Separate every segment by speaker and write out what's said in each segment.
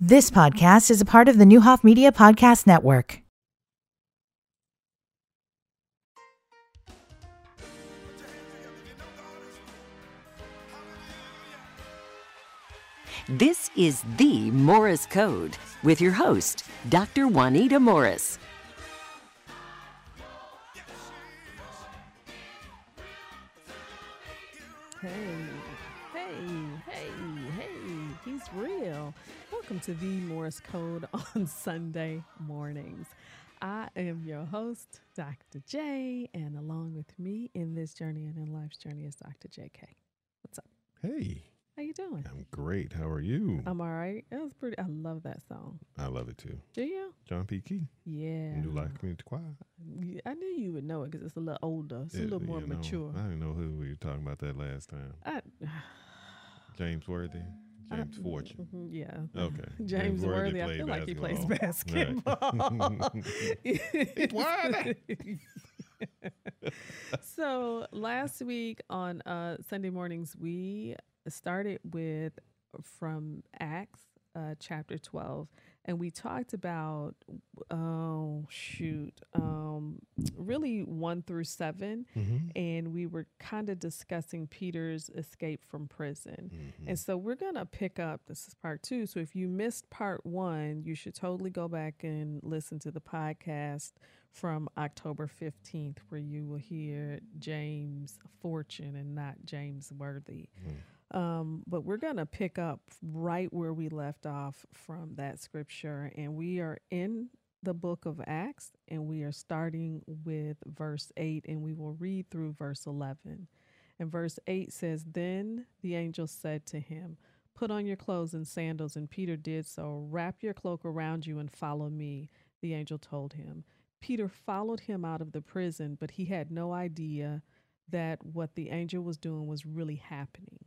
Speaker 1: This podcast is a part of the Newhoff Media Podcast Network.
Speaker 2: This is the Morris Code with your host, Dr. Juanita Morris.
Speaker 3: Hey, hey, hey, hey, he's real. Welcome to the Morse Code on Sunday mornings. I am your host, Dr. J, and along with me in this journey and in life's journey is Dr. JK. What's up?
Speaker 4: Hey,
Speaker 3: How you doing?
Speaker 4: I'm great. How are you?
Speaker 3: I'm all right. That was pretty. I love that song.
Speaker 4: I love it too.
Speaker 3: Do you?
Speaker 4: John P. Key,
Speaker 3: Yeah.
Speaker 4: New Life Community Choir.
Speaker 3: Y- I knew you would know it because it's a little older. It's a
Speaker 4: It-
Speaker 3: little more
Speaker 4: you know,
Speaker 3: mature.
Speaker 4: I didn't know who we were talking about that last time.
Speaker 3: I,
Speaker 4: James Worthy,
Speaker 3: I don't-
Speaker 4: James Fortune.
Speaker 3: Mhm, yeah.
Speaker 4: Okay.
Speaker 3: James, Worthy. I feel like he plays basketball.
Speaker 4: basketball. He's worthy.
Speaker 3: so last week on uh, Sunday mornings, we started with from Acts uh, chapter 12, and we talked about, oh, shoot, um, really 1 through 7
Speaker 4: Mhm.
Speaker 3: and we were kind of discussing Peter's escape from prison.
Speaker 4: Mm-hmm.
Speaker 3: And so we're going to pick up this is part 2. So if you missed part 1, you should totally go back and listen to the podcast from October 15th where you will hear James Fortune and not James Worthy. Um, but we're going to pick up right where we left off from that scripture and we are in the book of Acts, and we are starting with verse 8, and we will read through verse 11. And verse 8 says, Then the angel said to him, Put on your clothes and sandals. And Peter did so. Wrap your cloak around you and follow me, the angel told him. Peter followed him out of the prison, but he had no idea that what the angel was doing was really happening.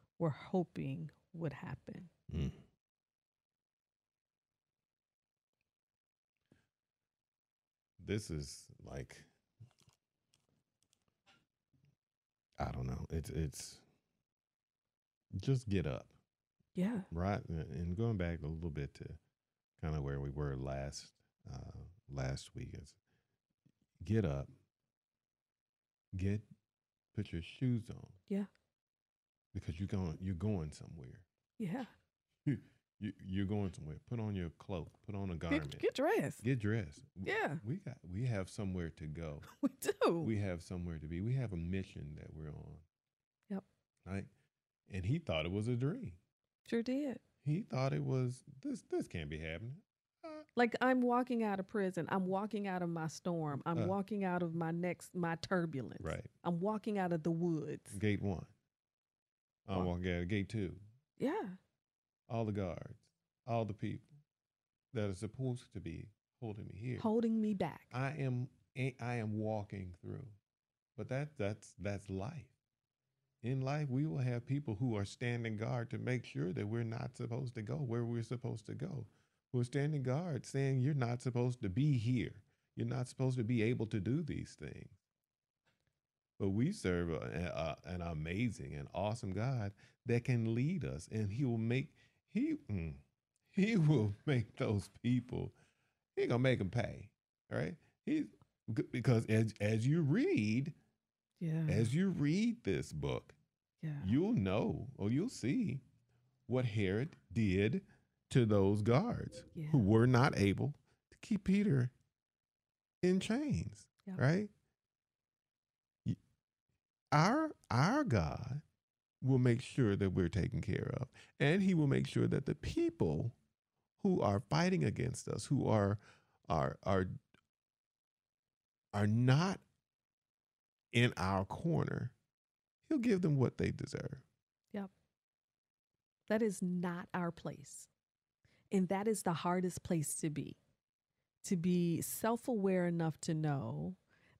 Speaker 3: were hoping would happen.
Speaker 4: Mm. This is like I don't know. It's it's just get up.
Speaker 3: Yeah.
Speaker 4: Right, uh, and going back a little bit to kind of where we were last uh, last week is get up, get put your shoes on.
Speaker 3: Yeah.
Speaker 4: Because you're going you're going somewhere.
Speaker 3: Yeah.
Speaker 4: You, you're going somewhere. Put on your cloak. Put on a garment.
Speaker 3: Get, get dressed.
Speaker 4: Get dressed. W-
Speaker 3: Yeah.
Speaker 4: we got we have somewhere to go.
Speaker 3: we do.
Speaker 4: we have somewhere to be. We have a mission that we're on.
Speaker 3: Yep.
Speaker 4: Right, and he thought it was a dream.
Speaker 3: sure did.
Speaker 4: He thought it was this. This can't be happening.
Speaker 3: Like I'm walking out of prison. I'm walking out of my storm. I'm
Speaker 4: Uh.
Speaker 3: walking out of my next my turbulence.
Speaker 4: Right.
Speaker 3: I'm walking out of the woods.
Speaker 4: Gate one. I'm
Speaker 3: Wow.
Speaker 4: walking out of gate two.
Speaker 3: Yeah.
Speaker 4: All the guards, all the people that are supposed to be holding me here.
Speaker 3: Holding me back.
Speaker 4: I am a- I am walking through. But that that's that's life. In life, we will have people who are standing guard to make sure that we're not supposed to go where we're supposed to go. Who are standing guard saying you're not supposed to be here. You're not supposed to be able to do these things. But we serve a, a, an amazing and awesome God that can lead us, and He will make He mm, He will make those people. He gonna make them pay, right? He g- because as as you read,
Speaker 3: yeah.
Speaker 4: as you read this book,
Speaker 3: yeah.
Speaker 4: you'll know or you'll see what Herod did to those guards who
Speaker 3: Yeah.
Speaker 4: were not able to keep Peter in chains,
Speaker 3: Yeah.
Speaker 4: right? Y- Our our God will make sure that we're taken care of, and He will make sure that the people who are fighting against us, who are are are are not in our corner, He'll give them what they deserve.
Speaker 3: That is not our place. And that is the hardest place to be to be self aware enough to know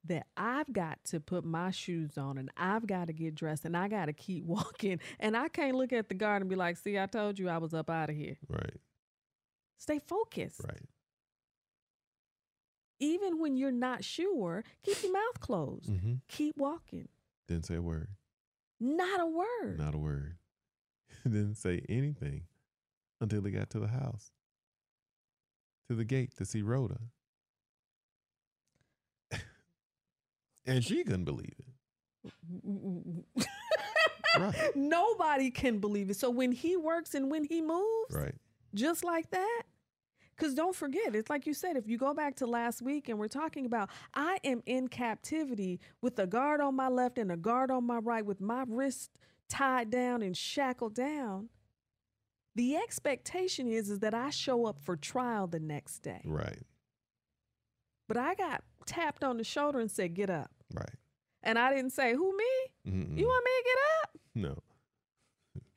Speaker 3: that I've got to put my shoes on and I've got to get dressed and I got to keep walking. And I can't look at the guard and be like, see, I told you I was up out of here.
Speaker 4: Right.
Speaker 3: Stay focused.
Speaker 4: Right.
Speaker 3: Even when you're not sure, keep your mouth closed.
Speaker 4: Mm-hmm.
Speaker 3: Keep walking.
Speaker 4: Didn't say a word.
Speaker 3: Not a word.
Speaker 4: Not a word. Didn't say anything until he got to the house, to the gate to see Rhoda. and she couldn't believe it. Right.
Speaker 3: Nobody can believe it. So when he works and when he moves,
Speaker 4: Right.
Speaker 3: just like that. Because don't forget, it's like you said, if you go back to last week and we're talking about, I am in captivity with a guard on my left and a guard on my right, with my wrist tied down and shackled down. The expectation is, is that I show up for trial the next day.
Speaker 4: Right.
Speaker 3: But I got tapped on the shoulder and said, Get up.
Speaker 4: Right.
Speaker 3: And I didn't say, Who, me?
Speaker 4: Mm-mm.
Speaker 3: You want me to get up?
Speaker 4: no.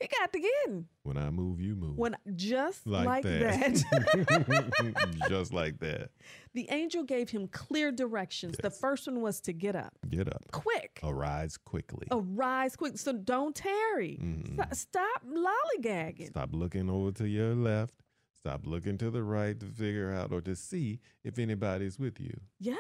Speaker 3: He got to getting.
Speaker 4: When I move, you move.
Speaker 3: When just like, that.
Speaker 4: that. Just like that.
Speaker 3: The angel gave him clear directions. The
Speaker 4: Yes. Oh,
Speaker 3: first one was to get up
Speaker 4: Get up.
Speaker 3: quick,
Speaker 4: Arise quickly.
Speaker 3: Oh, arise quick. So don't tarry.
Speaker 4: Mm-mm.
Speaker 3: Sto- stop lollygagging.
Speaker 4: Stop looking over to your left. Stop looking to the right to figure out or to see if anybody's with you.
Speaker 3: Yeah.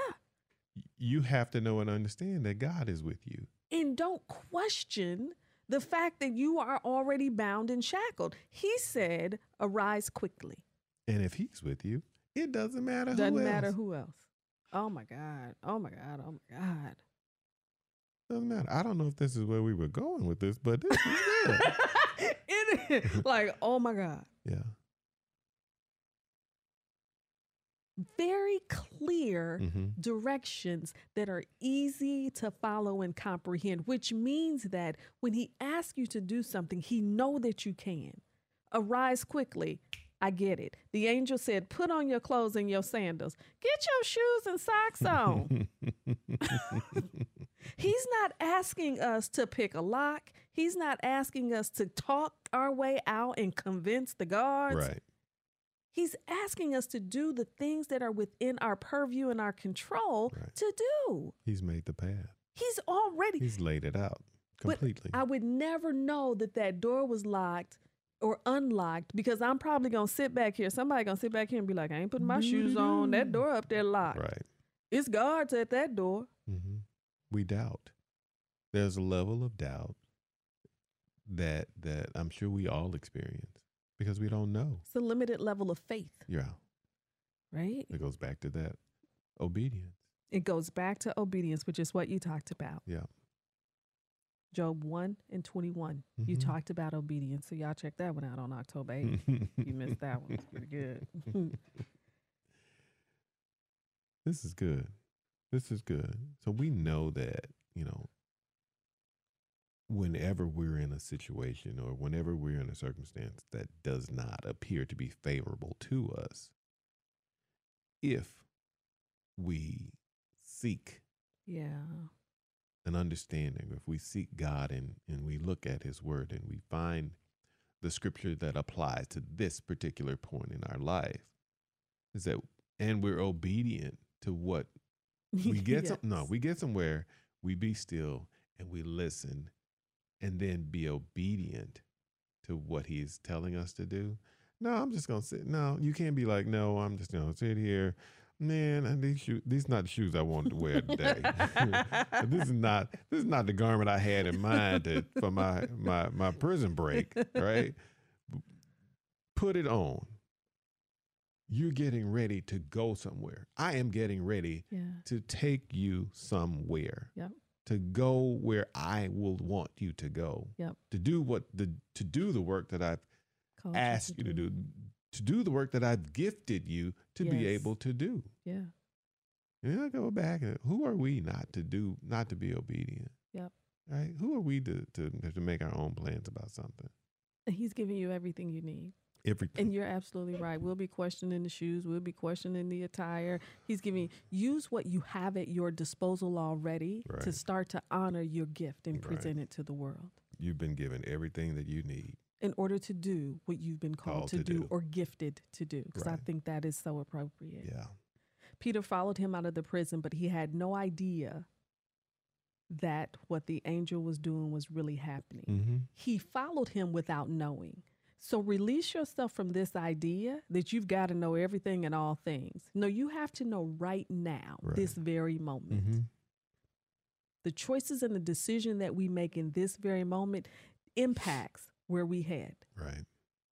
Speaker 4: Y- You have to know and understand that God is with you.
Speaker 3: And don't question the fact that you are already bound and shackled. He said, arise quickly.
Speaker 4: And if He's with you, it doesn't matter who
Speaker 3: Doesn't
Speaker 4: else.
Speaker 3: matter who else. Oh my God. Oh my God. Oh my God.
Speaker 4: Doesn't matter. I don't know if this is where we were going with this, but this is good.
Speaker 3: It- like, oh my God.
Speaker 4: yeah.
Speaker 3: Very clear.
Speaker 4: Mm-hmm.
Speaker 3: directions that are easy to follow and comprehend, which means that when he asks you to do something, he know that you can. Arise quickly. I get it. The angel said, "Put on your clothes and your sandals. Get your shoes and socks on." He's not asking us to pick a lock. He's not asking us to talk our way out and convince the guards.
Speaker 4: Right.
Speaker 3: He's asking us to do the things that are within our purview and our control
Speaker 4: Right.
Speaker 3: to do.
Speaker 4: He's made the path.
Speaker 3: He's already.
Speaker 4: He's laid it out
Speaker 3: but
Speaker 4: completely.
Speaker 3: I would never know that that door was locked or unlocked because I'm probably gonna sit back here. Somebody gonna sit back here and be like, I ain't putting my shoes on. That door up there locked.
Speaker 4: Mm-hmm. right.
Speaker 3: It's guards at that door.
Speaker 4: hmm We doubt. There's a level of doubt that that I'm sure we all experience because we don't know.
Speaker 3: It's a limited level of faith,
Speaker 4: Yeah,
Speaker 3: right?
Speaker 4: it goes back to that obedience.
Speaker 3: It goes back to obedience, which is what you talked about.
Speaker 4: Yeah,
Speaker 3: Job 1 and 21. You
Speaker 4: Mhm.
Speaker 3: talked about obedience. So y'all check that one out on October 8th. you missed that one. It's pretty good.
Speaker 4: This is good. This is good. So we know that you know. Whenever we're in a situation or whenever we're in a circumstance that does not appear to be favorable to us, if we seek
Speaker 3: yeah.
Speaker 4: an understanding, if we seek God and, and we look at His Word and we find the scripture that applies to this particular point in our life, is that, and we're obedient to what we get, some, no,
Speaker 3: Yes.
Speaker 4: we get somewhere, we be still and we listen and then be obedient to what He's telling us to do. No, I'm just gonna sit. No, you can't be like, no, I'm just gonna sit here. Man, and these shoes, these not the shoes I wanted to wear today. But this is not this is not the garment I had in mind to, for my my my prison break, right? Put it on. You're getting ready to go somewhere. I am getting ready
Speaker 3: Yeah.
Speaker 4: to take you somewhere.
Speaker 3: Yep.
Speaker 4: To go where I will want you to go.
Speaker 3: Yep.
Speaker 4: To do what the to do the work that I've
Speaker 3: Called
Speaker 4: asked you to do, to do the work that I've gifted you to be
Speaker 3: Yes.
Speaker 4: able to do.
Speaker 3: Yeah.
Speaker 4: And then I go back and who are we not to do, not to be obedient?
Speaker 3: Yep.
Speaker 4: Right? Who are we to, to, to make our own plans about something?
Speaker 3: And he's giving you everything you need.
Speaker 4: Everything.
Speaker 3: And you're absolutely right. We'll be questioning the shoes. We'll be questioning the attire. He's giving use what you have at your disposal already to
Speaker 4: Right.
Speaker 3: start to honor your gift and
Speaker 4: Right.
Speaker 3: present it to the world.
Speaker 4: You've been given everything that you need.
Speaker 3: in order to do what you've been called,
Speaker 4: Called
Speaker 3: to,
Speaker 4: to
Speaker 3: do,
Speaker 4: do.
Speaker 3: or gifted to do because i
Speaker 4: Right.
Speaker 3: think that is so appropriate
Speaker 4: Yeah.
Speaker 3: peter followed him out of the prison but he had no idea that what the angel was doing was really happening
Speaker 4: Mm-hmm.
Speaker 3: he followed him without knowing. So release yourself from this idea that you've got to know everything and all things. No, you have to know right now,
Speaker 4: Right.
Speaker 3: this very moment.
Speaker 4: Mm-hmm.
Speaker 3: The choices and the decision that we make in this very moment impacts where we head.
Speaker 4: Right.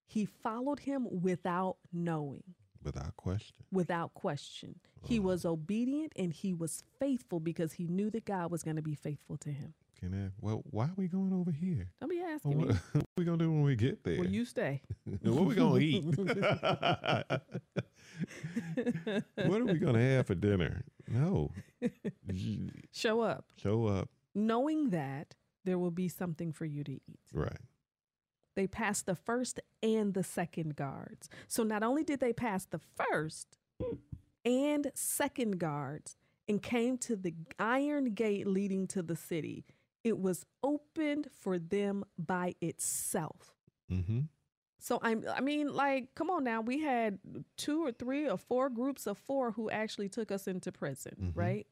Speaker 3: He followed him without knowing,
Speaker 4: Without question.
Speaker 3: without question. He
Speaker 4: Wow.
Speaker 3: was obedient and he was faithful because he knew that God was going to be faithful to him.
Speaker 4: Can I? Well, why are we going over here?
Speaker 3: Don't be
Speaker 4: Well,
Speaker 3: asking
Speaker 4: What,
Speaker 3: me.
Speaker 4: what we gonna do when we get there?
Speaker 3: Well, you stay.
Speaker 4: what we gonna eat? what are we gonna have for dinner? No, You
Speaker 3: Show up.
Speaker 4: show up.
Speaker 3: knowing that there will be something for you to eat.
Speaker 4: Right.
Speaker 3: They passed the first and the second guards. So not only did they pass the first and second guards and came to the iron gate leading to the city, it was opened for them by itself.
Speaker 4: Mm-hmm.
Speaker 3: So I'm I mean like come on now we had two or three or four groups of four who actually took us into prison,
Speaker 4: Mhm.
Speaker 3: right?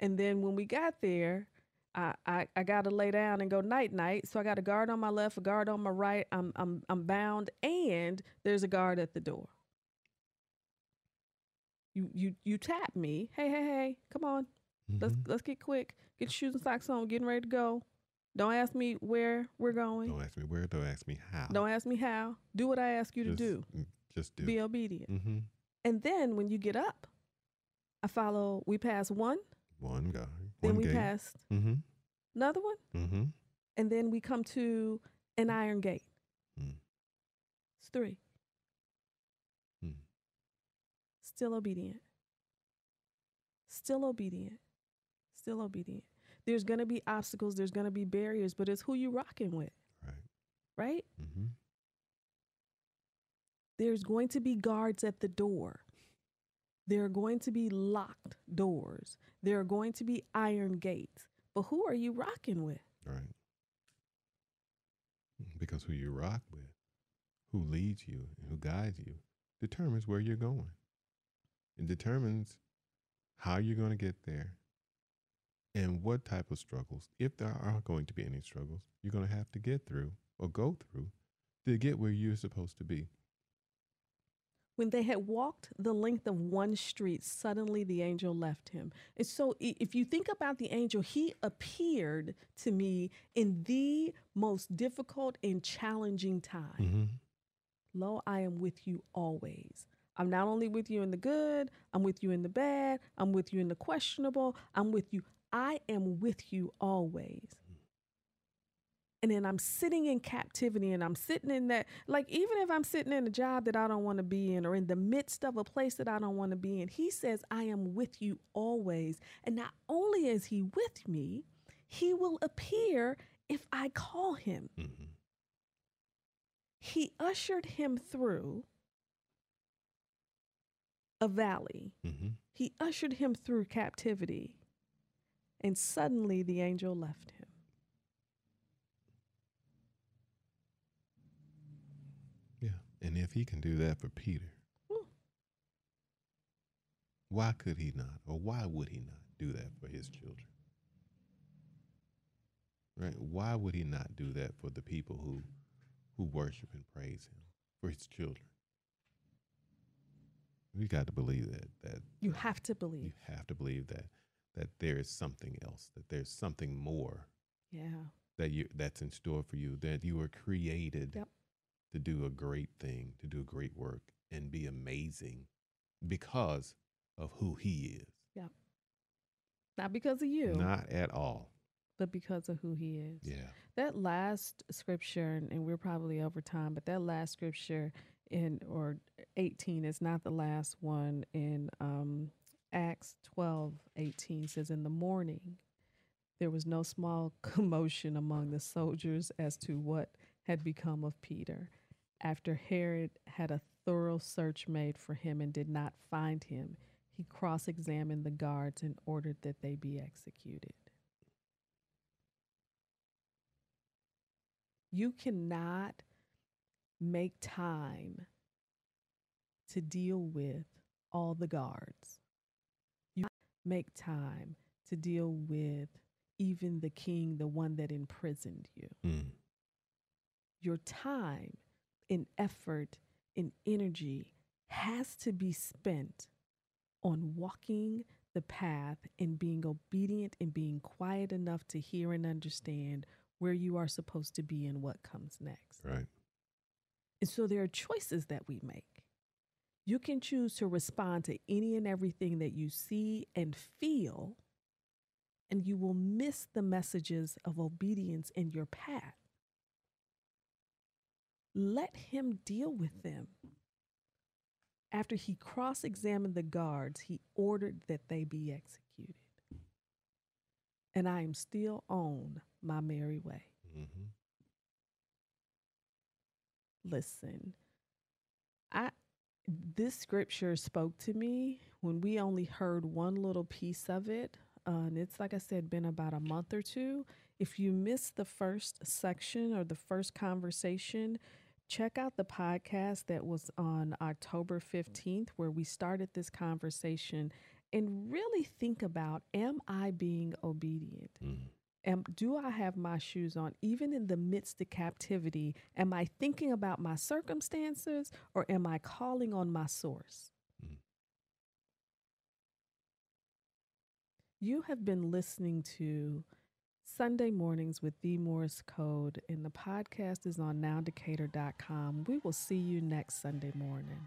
Speaker 3: And then when we got there, I, I I gotta lay down and go night night. So I got a guard on my left, a guard on my right. I'm I'm I'm bound and there's a guard at the door. You you you tap me. Hey, hey, hey, come on.
Speaker 4: mm-hmm.
Speaker 3: Let's let's get quick. Get your shoes and socks on, getting ready to go. Don't ask me where we're going.
Speaker 4: Don't ask me where. Don't ask me how.
Speaker 3: Don't ask me how. Do what I ask you
Speaker 4: just,
Speaker 3: to do.
Speaker 4: mm, Just do.
Speaker 3: Be obedient.
Speaker 4: mm-hmm.
Speaker 3: And then when you get up, I follow. We pass one,
Speaker 4: One guy.
Speaker 3: then
Speaker 4: one
Speaker 3: we
Speaker 4: gate.
Speaker 3: passed
Speaker 4: Mm-hmm.
Speaker 3: another one,
Speaker 4: Mm-hmm.
Speaker 3: and then we come to an iron gate.
Speaker 4: Mm.
Speaker 3: It's three.
Speaker 4: Mm.
Speaker 3: Still obedient. Still obedient. Still obedient. There's going to be obstacles, there's going to be barriers, but it's who you rocking with,
Speaker 4: Right.
Speaker 3: right?
Speaker 4: Mm-hmm.
Speaker 3: There's going to be guards at the door. There are going to be locked doors. There are going to be iron gates. But who are you rocking with?
Speaker 4: Right. Because who you rock with, who leads you, and who guides you determines where you're going. It determines how you're going to get there and what type of struggles, if there are going to be any struggles, you're going to have to get through or go through to get where you're supposed to be.
Speaker 3: When they had walked the length of one street, suddenly the angel left him. And so, i- if you think about the angel, he appeared to me in the most difficult and challenging time.
Speaker 4: Mm-hmm.
Speaker 3: Lo, I am with you always. I'm not only with you in the good, I'm with you in the bad, I'm with you in the questionable, I'm with you. I am with you always. And then I'm sitting in captivity and I'm sitting in that, like, even if I'm sitting in a job that I don't want to be in or in the midst of a place that I don't want to be in, he says, I am with you always. And not only is he with me, he will appear if I call him
Speaker 4: Mm-hmm.
Speaker 3: he ushered him through a valley.
Speaker 4: Mm-hmm.
Speaker 3: He ushered him through captivity. And suddenly the angel left him.
Speaker 4: Yeah. And if he can do that for Peter,
Speaker 3: Whew.
Speaker 4: why could he not or why would he not do that for his children right why would he not do that for the people who who worship and praise him for his children we got to believe that that
Speaker 3: You have to
Speaker 4: you
Speaker 3: believe.
Speaker 4: have to believe that that there is something else that there's something more
Speaker 3: Yeah.
Speaker 4: that you that's in store for you that you were created
Speaker 3: Yep.
Speaker 4: to do a great thing to do great work and be amazing because of who he is
Speaker 3: Not because of you,
Speaker 4: Not at all.
Speaker 3: but because of who he is.
Speaker 4: Yeah.
Speaker 3: That last scripture, and, and we're probably over time, but that last scripture in or 18 is not the last one in um, Acts 12 18 says, In the morning there was no small commotion among the soldiers as to what had become of Peter. After Herod had a thorough search made for him and did not find him, he cross examined the guards and ordered that they be executed. You cannot make time to deal with all the guards. You make time to deal with even the king, the one that imprisoned you.
Speaker 4: Mm.
Speaker 3: Your time and effort and energy has to be spent on walking the path and being obedient and being quiet enough to hear and understand where you are supposed to be and what comes next.
Speaker 4: Right.
Speaker 3: And so there are choices that we make. You can choose to respond to any and everything that you see and feel, and you will miss the messages of obedience in your path. Let him deal with them. After he cross examined the guards, he ordered that they be executed. And I am still on my merry way.
Speaker 4: Mm-hmm.
Speaker 3: listen i this scripture spoke to me when we only heard one little piece of it uh, and it's like i said been about a month or two if you missed the first section or the first conversation check out the podcast that was on october 15th where we started this conversation and really think about am i being obedient
Speaker 4: Mm.
Speaker 3: am do i have my shoes on even in the midst of captivity am i thinking about my circumstances or am i calling on my source
Speaker 4: Mm.
Speaker 3: you have been listening to Sunday mornings with the Morris Code, and the podcast is on nowdecatur.com. We will see you next Sunday morning.